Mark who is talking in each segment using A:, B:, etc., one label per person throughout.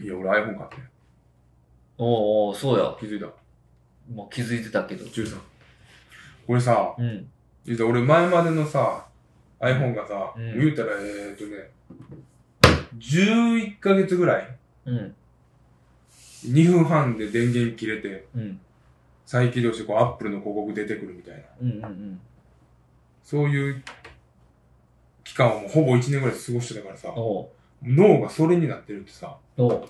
A: いや、俺 iPhone 買って。
B: おうおうそうや。
A: 気づいた。
B: もう気づいてたけど。
A: 13。俺さ、
B: うん。
A: 実は俺前までのさ、iPhone がさ、
B: うん
A: 言うたら、えーっとね、11ヶ月ぐらい、
B: うん。
A: 2分半で電源切れて、
B: うん。
A: 再起動して、こう、Apple の広告出てくるみたいな。
B: うんうんうん。
A: そういう期間をもうほぼ1年ぐらい過ごしてたからさ、
B: おう
A: 脳がそれになってるってさ、
B: おう
A: こ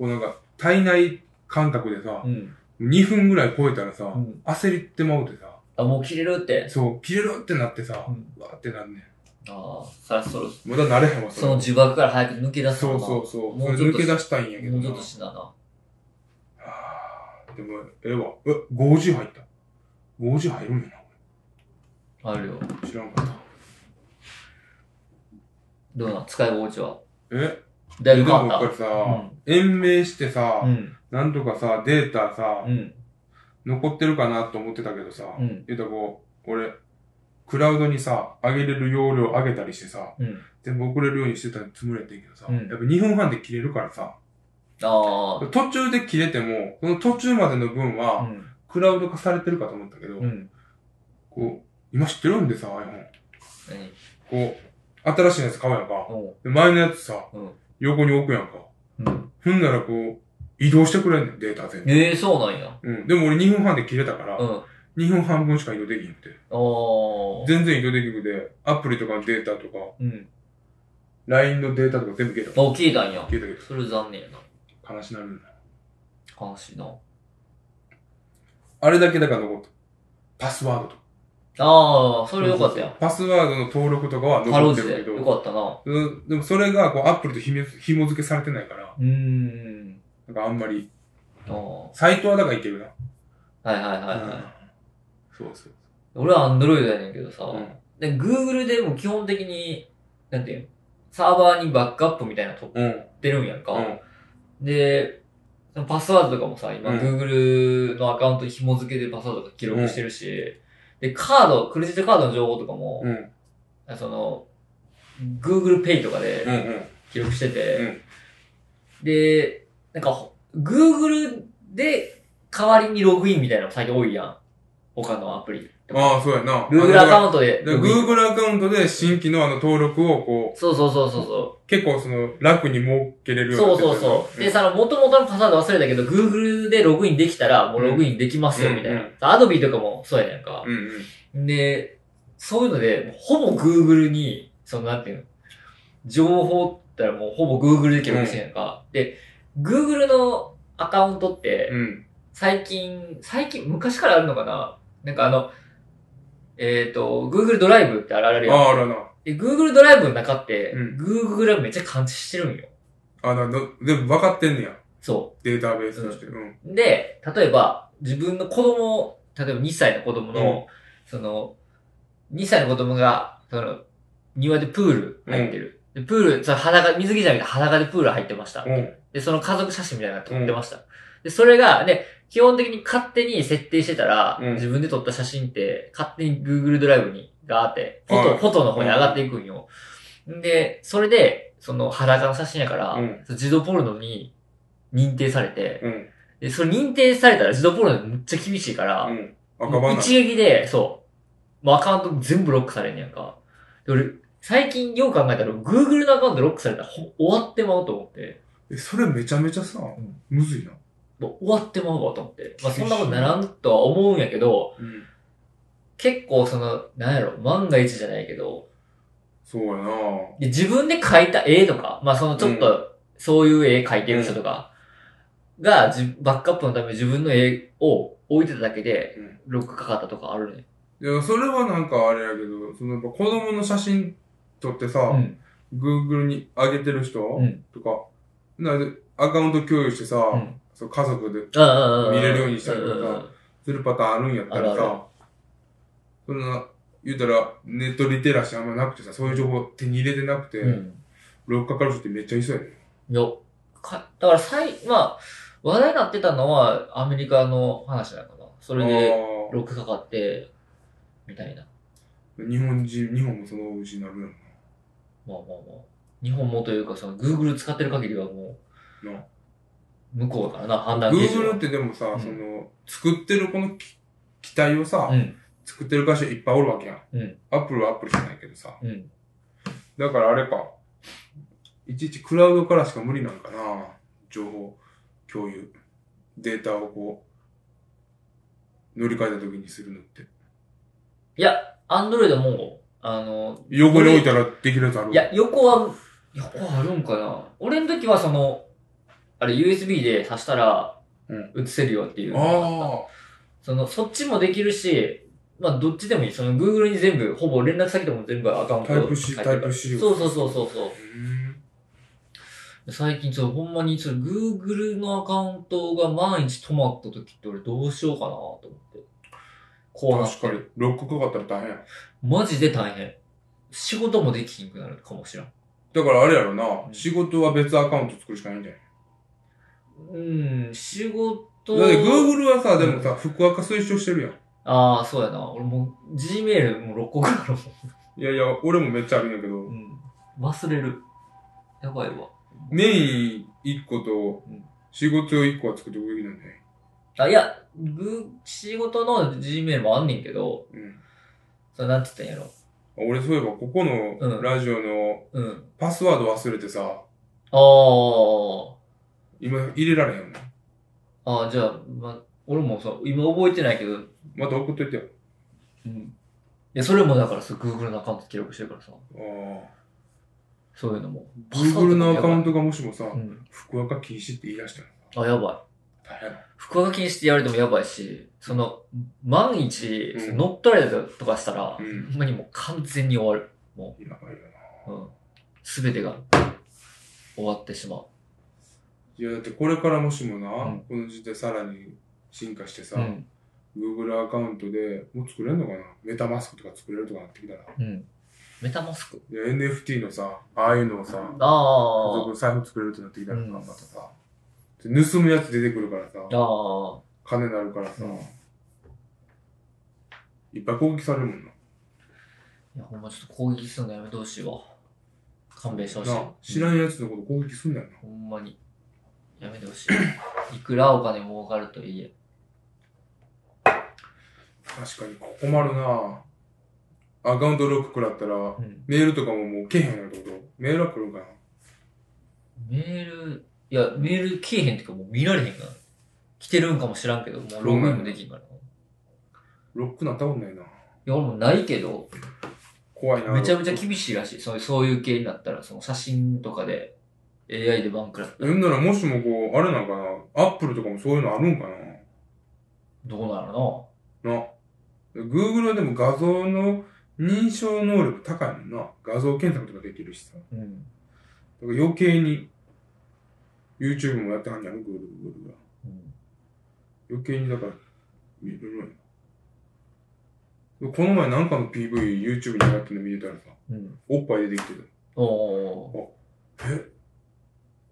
A: うなんか、体内感覚でさ
B: う、ん。
A: 2分ぐらい超えたらさ、
B: ん
A: 焦りってまうてさ、
B: あ、もう切れるって。
A: そう、切れるってなってさ、
B: うん
A: わーってなんね
B: ああ、そらそろ、
A: ん。まだ慣れへんわ、
B: その
A: れ
B: 呪縛から早く抜け出す
A: そ
B: の
A: う
B: な。
A: そうそう。
B: もう
A: そ
B: ちょ
A: れ抜
B: っと
A: け出したいんやけど
B: もう
A: な
B: ちょっとしなな。
A: はぁでも、ええわ。え、50入った。50入るんやな、
B: あるよ。
A: 俺知らんかった。
B: どうなん使い心地は。
A: え
B: だいぶ変わ
A: でも
B: っ
A: これさ、
B: た。うん。
A: 延命してさ、
B: うん。
A: なんとかさ、データさ、
B: うん。
A: 残ってるかなと思ってたけどさ、
B: うん。
A: 言うたらこう、俺、クラウドにさ、上げれる容量上げたりしてさ、
B: うん。
A: 全部送れるようにしてたつもりやってんけどさ、
B: うん
A: やっぱ2分半で切れるからさ、
B: あ
A: 途中で切れても、その途中までの分
B: あ。う
A: は、
B: ん。
A: クラウド化されてるかと思ったけど、
B: うん。
A: こう、今知ってるんでさ、iPhone。
B: 何
A: こう、新しいやつ買うやんか。
B: おう。
A: で前のやつさ、
B: うん
A: 横に置くやんか。
B: うん。
A: ふんならこう、移動してくれんねん、データ全部。
B: ええ、そうなんや。
A: うん。でも俺2分半で切れたから、
B: うん。
A: 2分半分しか移動できんって。
B: おー。
A: 全然移動できなくて、アプリとかのデータとか、
B: うん。
A: LINE のデータとか全部消えた。
B: あ、消えたんや。
A: 消えたけど
B: それ残念やな。
A: 悲しなるんだ。
B: 悲しいな。
A: あれだけだから残った。パスワードとか。
B: ああ、それよかったやん。
A: パスワードの登録とかは
B: か
A: 残
B: ろう
A: って
B: じ
A: るけ
B: て。
A: ど。
B: よかったな。
A: うんでもそれがこうアプリとひめ紐付けされてないから、
B: うーん。
A: なんかあんまり、
B: ああ。
A: サイトはだからいけるな。
B: はいはいはいはい。
A: うんそうそう。
B: 俺はアンドロイドやねんけどさ、
A: うん
B: で、Google でも基本的に、なんていうのサーバーにバックアップみたいなの取
A: うん。
B: ってるんやんか。
A: うん。
B: で、そのパスワードとかもさ、今、
A: うん
B: Google のアカウントに紐付けでパスワードとか記録してるし、で、カード、クレジットカードの情報とかも、
A: うん。
B: その、Google Pay とか
A: う
B: で
A: ん。うん。
B: 記録してて、
A: うん
B: で、なんかほ、Google で代わりにログインみたいなの最近多いやん。他のアプリとか。
A: ああ、そうやな。
B: Google アカ
A: ウン
B: ウントでログイン。
A: Google アカウントで新規のあの登録をこ、
B: そうそうそうそうそう
A: 結構その楽に設けれる
B: う。
A: よう
B: そう
A: にな
B: そ
A: っ
B: う
A: てたよな
B: そう。で、その、元々のパスワード忘れたけど、Google でログインできたら、もうログインできますよ、みたい
A: うん
B: な。Adobe とかもそうやねんか。
A: うんうん。
B: で、そういうので、ほぼ Google に、その、なんていうの、情報ったらもうほぼ Google で記録してんやんか。で、Google のアカウントって、
A: うん。
B: 最近、最近、昔からあるのかななんかあの、えっ、と、Google ドライブってあられる
A: あ
B: やん。
A: あ、あらな。
B: で、Google ドライブの中って、
A: うん
B: Google はめっちゃ感知してるんよ。
A: あな、ど全部分かってんねや。
B: そう。
A: データベースとして。うん。
B: で、例えば、自分の子供、例えば2歳の子供の、その、2歳の子供が、その、庭でプール入ってる。でプール、その裸、水着じゃなくて裸でプール入ってました。
A: うん。
B: で、その家族写真みたいなの撮ってました。で、それが、ね、基本的に勝手に設定してたら、
A: うん
B: 自分で撮った写真って、勝手に Google ドライブに、があって、フォト、
A: はい
B: フォトの方に上がっていくんよ。で、それで、その裸の写真やから、
A: うん
B: 自動ポルノに認定されて、
A: うん。
B: で、それ認定されたら自動ポロノめっちゃ厳しいから、
A: うん。赤
B: もう
A: バナ。
B: 一撃で、そう、もうアカウント全部ロックされんねやんか。で、俺、最近よう考えたら、Google のアカウントロックされたらほ終わってまうと思って、
A: え、それめちゃめちゃさ
B: ん、
A: むずいな。
B: もう終わってまうわと思って。まあ、そんなことならんとは思うんやけど、
A: うん。
B: 結構その、なんやろ、万が一じゃないけど、
A: そうやな。
B: で自分で描いた絵とか、まあそのちょっ
A: う
B: と、そういう絵描いてる人とか、が、じバックアップのために自分の絵を置いてただけで
A: うん、
B: ロックかかったとかあるね。
A: いや、それはなんかあれやけど、そのやっぱ子供の写真撮ってさ、
B: うん。
A: Google に上げてる人、
B: うん
A: とか、なんでアカウント共有してさ、
B: うん
A: そう家族で見
B: 見
A: れるようにしたりとかするパターンあるんやったらさ、
B: あるあ
A: そんな、言うたらネットリテラシーあんまなくてさ、そういう情報手に入れてなくて、
B: うん。
A: ロッカーかかる人ってめっちゃいそうやね。
B: よ。か、だから最、まあ、話題になってたのはアメリカの話なのかな。それで、
A: あ
B: ロックかかって、みたいな。
A: ー日本人、日本もそのうちになるやろな。
B: まあまあまあ。日本もというか、その、Google 使ってる限りはもう、
A: な
B: 向こうからな、判断基準は
A: Google ってでもさ、
B: ん
A: その、作ってるこの機機体をさ、
B: うん。
A: 作ってる会社いっぱいおるわけやん。
B: うん。
A: Apple は Apple じゃないけどさ。
B: うん。
A: だからあれか。いちいちクラウドからしか無理なんかな。情報共有。データをこう、乗り換えた時にするのって。
B: いや、アンドロイドも、あの、
A: 横に置いたらできるやつある
B: いや、横は、横あるんかな俺の時はその、あれ USB で挿したら
A: うん、
B: 映せるよっていうのがあった。
A: あ
B: その、そっちもできるし、まあ、どっちでもいい。その、Google に全部、ほぼ連絡先とも全部アカウン
A: あ。
B: ト
A: タイプ C、
B: 書いて
A: タ
B: る
A: イプ C
B: そう
A: う
B: そうそうそうそう。
A: ん。
B: 最近、ちょっとほんまに、その Google のアカウントが万一止まった時って俺どうしようかなと思って。怖なっ
A: 確
B: て
A: かに
B: る。。
A: ロックかかったら大変や。
B: マジで大変。仕事もできひんくなるかもしれん。
A: だからあれやろな、
B: ん
A: 仕事は別アカウント作るしかないんじゃない
B: うん、仕事。
A: だって Google はさ、でもさ、福岡推奨してるやん。
B: ああ、そうやな。俺もう、Gmail も6個ぐらいあるもん。
A: いやいや、俺もめっちゃあるんやけど、
B: うん。忘れる。やばいわ。
A: メイン1個と
B: うん、
A: 仕事用1個は作っておくべきなんだよ。
B: あ、いや、ぐ、仕事の Gmail もあんねんけど、
A: うん。
B: それなんて言ったんやろ。
A: 俺そういえばここ
B: うん
A: のラジオの
B: うん。
A: パスワード忘れてさ、
B: あ
A: 今入れられへんの。
B: あ。ああ、じゃあ、ま、俺もさ、今覚えてないけど、
A: また送っといてよ。
B: うん。いや、それもだからさ、Google のアカウント記録してるからさ、
A: あ
B: そういうのも。
A: あ。Google のアカウントがもしもさ、
B: うん。
A: 福岡禁止って言い出したら
B: あ、やばい。
A: 大変だ。
B: 福岡禁止って言われてもやばいし、その、万一、
A: うん
B: 乗っ取られたとかしたら、ほ、
A: うん
B: んまにもう完全に終わる。
A: やばいよな。
B: うん。すべてが終わってしまう。
A: いやだってこれからもしもな、
B: うん
A: この時代さらに進化してさ、
B: うん。
A: Google アカウントでもう作れるのかなメタマスクとか作れるとかなってきたら。
B: うん。メタマスク
A: で NFT のさ、ああいうのをさ、
B: ああ。
A: 財布作れるってなってきたらさ、
B: うん
A: またさ、で盗むやつ出てくるからさ、
B: ああ。
A: 金になるからさ、
B: うん
A: いっぱい攻撃されるもんな。
B: いや、ほんまちょっと攻撃するのやめてほしいわ。勘弁してほしい
A: なあ。知らんやつのこと攻撃すんだよな。
B: ほんまに。やめてほしい。いくらお金儲かるといえ。
A: 確かに困るなアカウントロック食らったら、
B: うん。
A: メールとかももうけへんようなこと。メールは来るんかな
B: メール、いや、メール来えへんっていうかもう見られへんから。来てるんかも知らんけど、もうログインもできんから。い
A: ロックなったことないな。
B: や、俺もないけど、
A: 怖いな
B: めちゃめちゃ厳しいらしい。そういう、そういう系になったら、その写真とかで、AI でバンクラった
A: う
B: ら、
A: んならもしもこう、あれなんかな、アップルとかもそういうのあるんか
B: どうなるの
A: なな。Google はでも画像の認証能力高いもんな。画像検索とかできるしさ。だか
B: うん。
A: ら余計に、YouTube もやってはんやろ、Google, Google が。
B: うん。
A: 余計にだから、いろいろやなこの前なんかの PV、YouTube に上がってるの見てたらさ、
B: うん。
A: おっぱい出てきて
B: おー。
A: た。え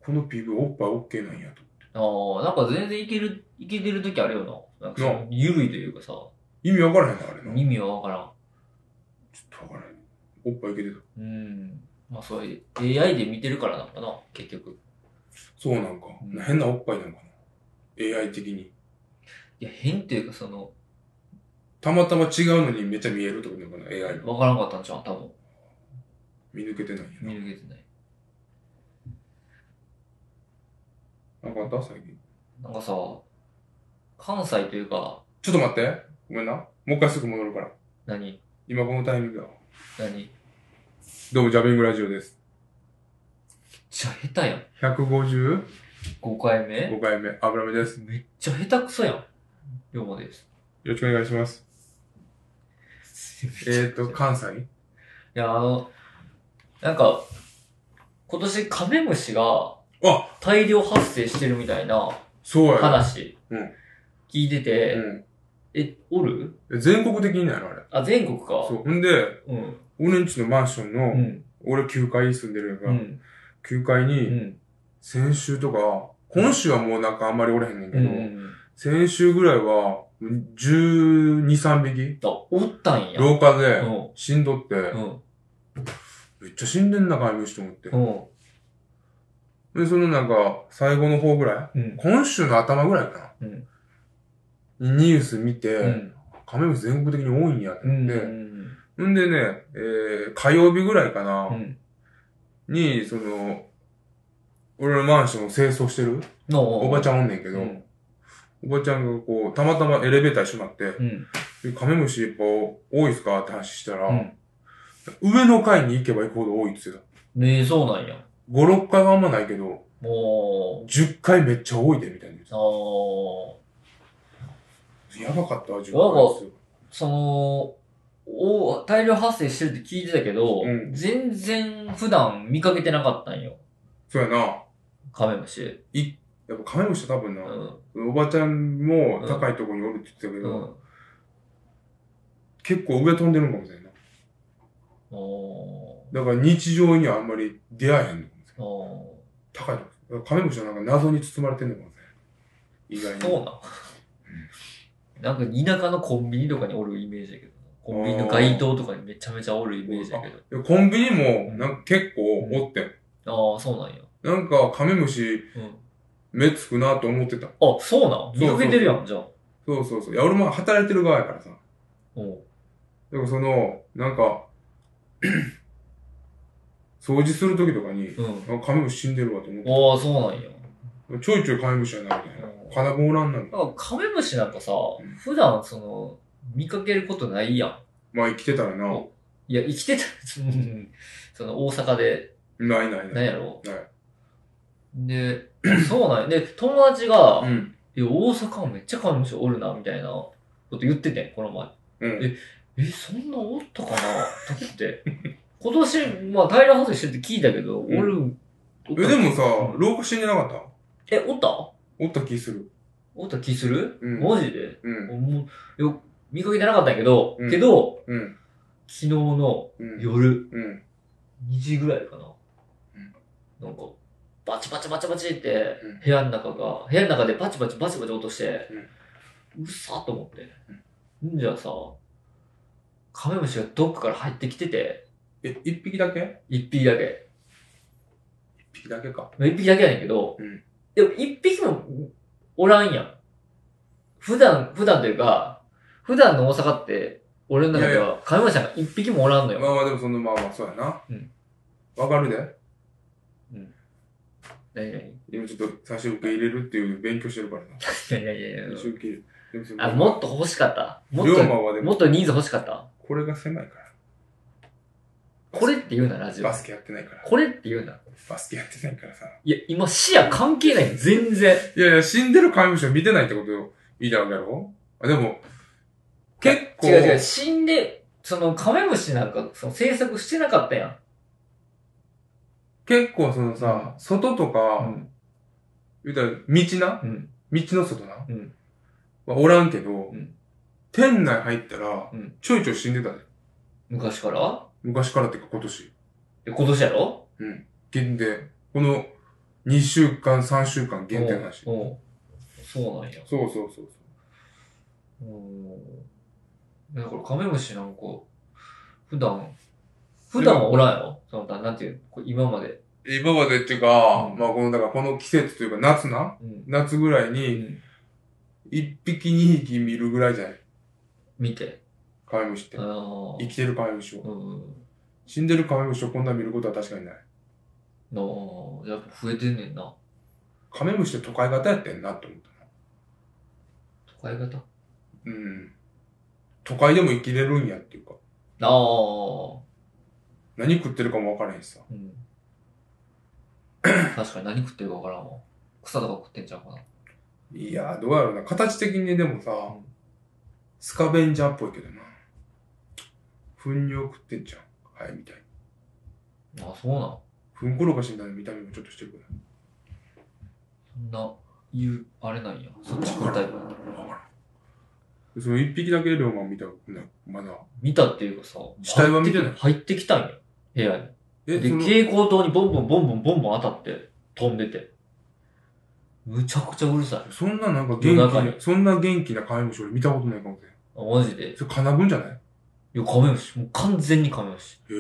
A: この PV おっぱい OK なんやと。
B: あー、なんか全然いける、いけてる時あるよな。なんかその、ゆるいというかさ、
A: 意味わからへんな、あれな。
B: 意味はわからん。
A: ちょっとわからへん。おっぱいいけてた。
B: うん。まあ、そういう、AI で見てるからなのかな、結局。
A: そうなんか。
B: うん
A: 変なおっぱいなんかな。AI 的に。
B: いや、変というか、その、
A: たまたま違うのにめっちゃ見えるってことなのかな、AI が。
B: わからんかったんちゃう多分。
A: 見抜けてない
B: 見
A: んや
B: 抜けてない。
A: な。なんかあった最近。
B: なんかさ、関西というか、
A: ちょっと待って。ごめんな。もう一回すぐ戻るから。
B: 何
A: 今このタイミングだわ。
B: 何
A: どうも、ジャビングラジオです。
B: じゃ下手やん。
A: 155
B: 5回目めっ
A: 回目、油目です。よ
B: ちゃ下手くそやん。龍馬です。
A: ろしくお願いします。えーと、
B: い
A: 関西
B: や、あの、なんか、今年カメムシが
A: あ
B: 大量発生してるみたいな
A: そうや。
B: 話
A: うん、
B: 聞いてて、
A: うん
B: え、おる
A: え。全国的になるあれ。
B: あ、全国か。
A: そう。ほんで、
B: うん。
A: 俺んちのマンション
B: う
A: の、
B: ん。
A: 俺9階住んでる
B: う
A: やんか、
B: ん。
A: 9階
B: う
A: に、
B: ん。
A: 先週とか、今週はもうなんかあんまりおれへんねんけ
B: う
A: ど、
B: ん。
A: 先週ぐらいは、12、3匹
B: あ、おったんや。
A: 廊下
B: う
A: で、
B: ん。
A: 死んどって、
B: うん。
A: めっちゃ死んでんな、飼い主と思って
B: う。ん。
A: で、そのなんか、最後の方ぐらい
B: うん。
A: 今週の頭ぐらいか
B: うん。
A: なにニュース見
B: う
A: て、
B: ん。
A: カメムシ全国的に多いんやって
B: うん。
A: なって。んでね、えー、火曜日ぐらいかな、
B: うん。
A: に、その、俺のマンションを清掃してる
B: の
A: おばち
B: ゃん
A: ゃんおんねんけど、
B: うん
A: おばちゃんがこう、たまたまエレベーター閉まって、
B: うん。
A: でカメムシやっぱ多いっすかって話したら、
B: うん
A: 上の階に行けば行くほど多いっつってた。
B: ねえ、そうなんや。
A: 5、6階はあんまないけど、
B: も
A: 10階めっちゃ多いで、みたいな言って
B: う、あー
A: た。やばかったわ、10階っすよ。
B: その、お大量発生してるって聞いてたけど、
A: うん
B: 全然普段見かけてなかったんよ。
A: そうやな。
B: カメムシ。
A: やっぱカメムシは多分
B: う
A: な、
B: ん。
A: おばちゃんも高いところにおるって言ってたけ
B: う
A: ど、
B: ん。
A: 結構上飛んでるんかもしれんない。
B: お
A: だから日常にはあんまり出会えへんのかもしれん
B: ーお
A: 高いとこだからカメムシはなんか謎に包まれてんのかもしれない。
B: ー
A: 意外に。
B: そうなん。なんか田舎のコンビニとかにおるイメージだけど。コンビニの街灯とかにめちゃめちゃおるイメージだけど。
A: でコンビニも
B: うん
A: なんか結構おってん。
B: ああー、そうなんや。
A: なんかカメムシ
B: うん。
A: 目つくなと思ってた。
B: あ、そうなん見かけてるやん、じゃあ。
A: そうそうそう。いや、俺も働いてる側やからさ。だ
B: おう
A: からその、なんか、 掃除する時とかに、
B: うん。
A: あカメムシ死んでるわと思って
B: ああ、そうなんや。
A: ちょいちょいカメムシやな、みたいな
B: うん。
A: 金棒なんなの。
B: なんかカメムシなんかさ
A: うん、
B: 普段その、見かけることないやん。
A: まあ生きてたらな。
B: いや、生きて た、うんその大阪で、
A: ないないな
B: なん
A: い。
B: やろ
A: ない。
B: で、 あそうなんや。で、友達が、
A: うん。
B: いや、大阪めっちゃカメムシおるな、みたいなこと言っててん、この前。
A: うん。
B: え、そんなおったかなと思って。今年、まあ、大量発生してるって聞いたけど、
A: うん
B: 俺、おった
A: え、でもさ
B: う、ん
A: 老化死んでなかった
B: え、おった
A: おった気する。
B: おった気する、
A: うん
B: マジで
A: うん。
B: もうよ、見かけてなかったんやけど、
A: うん
B: けど、
A: うん。
B: 昨日の
A: うん。
B: 夜、
A: うん。
B: 2時ぐらいかな
A: うん。
B: なんか、バチバチバチバチって
A: うん、
B: 部屋の中が、部屋の中でバチバチバチバチ落として、うるさーと思って。んじゃあさ、カメムシがどっかから入ってきてて、
A: え、一匹だけ
B: 一匹だけ。
A: 一匹だけか。
B: まあ一匹だけやねんけど、
A: うん
B: でも一匹もおらんやん。普段、普段というか、普段の大阪って、俺の中で
A: い
B: はカメムシが一匹もおらんのよ。
A: まあまあでもその、まあまあ、そうやな
B: うん。
A: わかるで。
B: 何何
A: 今ちょっと最初受け入れるっていう勉強してるからな。
B: 何々何々
A: 最初受け入れる。で
B: あ、
A: その
B: もっと欲しかった。もっ
A: 龍
B: と
A: 馬はで
B: も
A: も
B: っ、と人数欲しかった
A: これが狭いか
B: これって言うな、ラジ
A: ら。
B: オ。
A: バスケやってないから。
B: これって言うな。
A: バスケやってないからさ。
B: いや、今視野関係ない。全然。
A: いやいや、死んでる怪物を見てないってことを言いたいわけやろあ、でも、結構。
B: 違う違う。死んで、そのカメムシなんか、その制作してなかったやん。
A: 結構そのさ、外と
B: う
A: か、
B: ん。
A: 言うたら、道な
B: うん。
A: 道の外な
B: うん。
A: はおらんけど
B: うん、
A: 店内入ったら
B: うん、
A: ちょいちょい死んでたで。
B: 昔から
A: 昔からっていうか今年。
B: で今年やろ
A: 限定。この、2週間、3週間限定の話。そう
B: おうおうそうなんや。
A: そうそうそう。
B: うん。だからカメムシなんか、普段、普段はおらんやろその、ななんていうのこう今まで。
A: 今までっていうか、
B: うん
A: まあこの、だからこの季節というか夏な
B: うん。
A: 夏ぐらいに、1匹2匹見るぐらいじゃない
B: 見て。
A: カメムシって
B: あ。あ。
A: 生きてるカメムシを。
B: うん。
A: 死んでるカメムシをこんな見ることは確かにない。
B: なあ、やっぱ増えてんねんな。
A: カメムシって都会型やってんなって思ったな。
B: 都会型
A: うん。都会でも生きれるんやっていうか、
B: ああ。
A: 何食ってるかも分からへんしさ。
B: うん。 確かに何食ってるかわからんわ。草とか食ってんちゃうかな。
A: いやー、どうやろうな。形的にでもさ、
B: ん
A: スカベンジャーっぽいけどな。糞尿食ってんじゃん。はい、みたいな。
B: あ、そうなん。
A: 糞転がしみたいな見た目もちょっとしてるけど。
B: そんな、言う、あれなんや。そっち食うタイプなんだ
A: 分からん。その一匹だけ龍馬を見たことない。まだ。
B: 見たっていうかさ、
A: 死体は見てない
B: 入ってきたんや。部屋に。
A: え、
B: で、
A: その
B: 蛍光灯にボンボンボンボンボンボン当たって、飛んでて。むちゃくちゃうるさい。
A: そんななんか
B: 夜中
A: 元
B: に
A: 気な、そんな元気なカメムシ俺見たことないかもしれん。
B: あ、マジで。い
A: それ金分じゃないへ
B: や、カメムシ。もう完全にカメムシ。
A: え。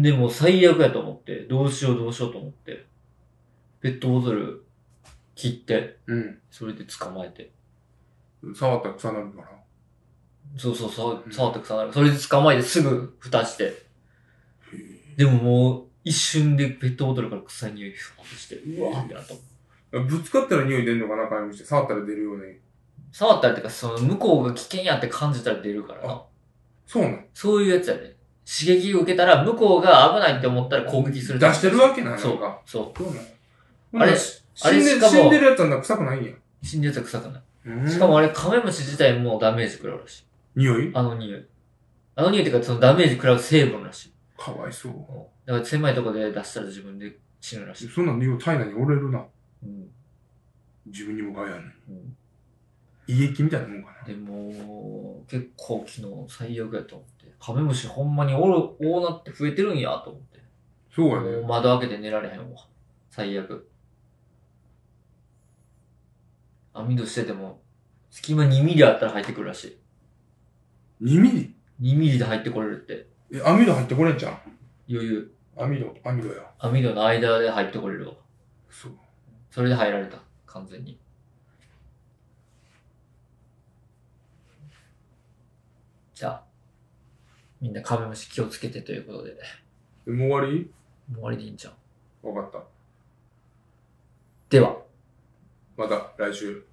B: でもう最悪やと思って、どうしようどうしようと思って。ペットボトル切って、
A: うん。
B: それで捕まえて。
A: 触ったら臭なるから。
B: そうそうそう
A: う、ん
B: 触って草なる。それで捕まえてすぐ蓋して。
A: へえ
B: でももう、一瞬でペットボトルから臭い匂いふわっとして、うわーってなったもん。
A: ぶつかったら匂い出んのかな感じして、触ったら出るように。
B: 触ったりとか、その、向こうが危険やって感じたら出るからな
A: あ。そうなん
B: そういうやつやね。刺激を受けたら、向こうが危ないって思ったら攻撃する。
A: 出してるわけない
B: そ
A: の
B: う
A: か。。
B: そ
A: そうなん
B: あれ
A: ほんなら
B: あれ
A: 死ん
B: し
A: で
B: かも
A: 死んでるやつはな臭くないんや。
B: う。死んだやつは臭くな
A: う
B: い。
A: ん
B: しかもあれ、カメムシ自体もダメージ食らうらしい。
A: 匂い
B: あの匂い。あの匂いっていうか、そのダメージ食らう成分らしい。
A: かわいそう。
B: だから狭いとこで出したら自分で死ぬらしい。
A: そんな匂い体内に折れるな。
B: うん。
A: 自分にも害ある。
B: うん、
A: 胃液みたいなもんかな。
B: でも、結構昨日最悪やと思って。カメムシほんまにおる、多なって増えてるんやと思って。
A: そうや
B: もう
A: ね。
B: 窓開けて寝られへんわ。最悪。網戸してても、隙間2ミリあったら入ってくるらし
A: 2ミリ
B: い。2ミリで入ってこれるって。
A: え、網戸入ってこれんじゃん。
B: 余裕。
A: 網戸、網戸や。
B: 網戸の間で入ってこれるわ。
A: そう。
B: それで入られた。完全に。じゃあ、みんなカメムシ気をつけてということで、も
A: えもう終わり
B: う終わりでいいんじゃん。
A: わかった。
B: では。
A: また来週。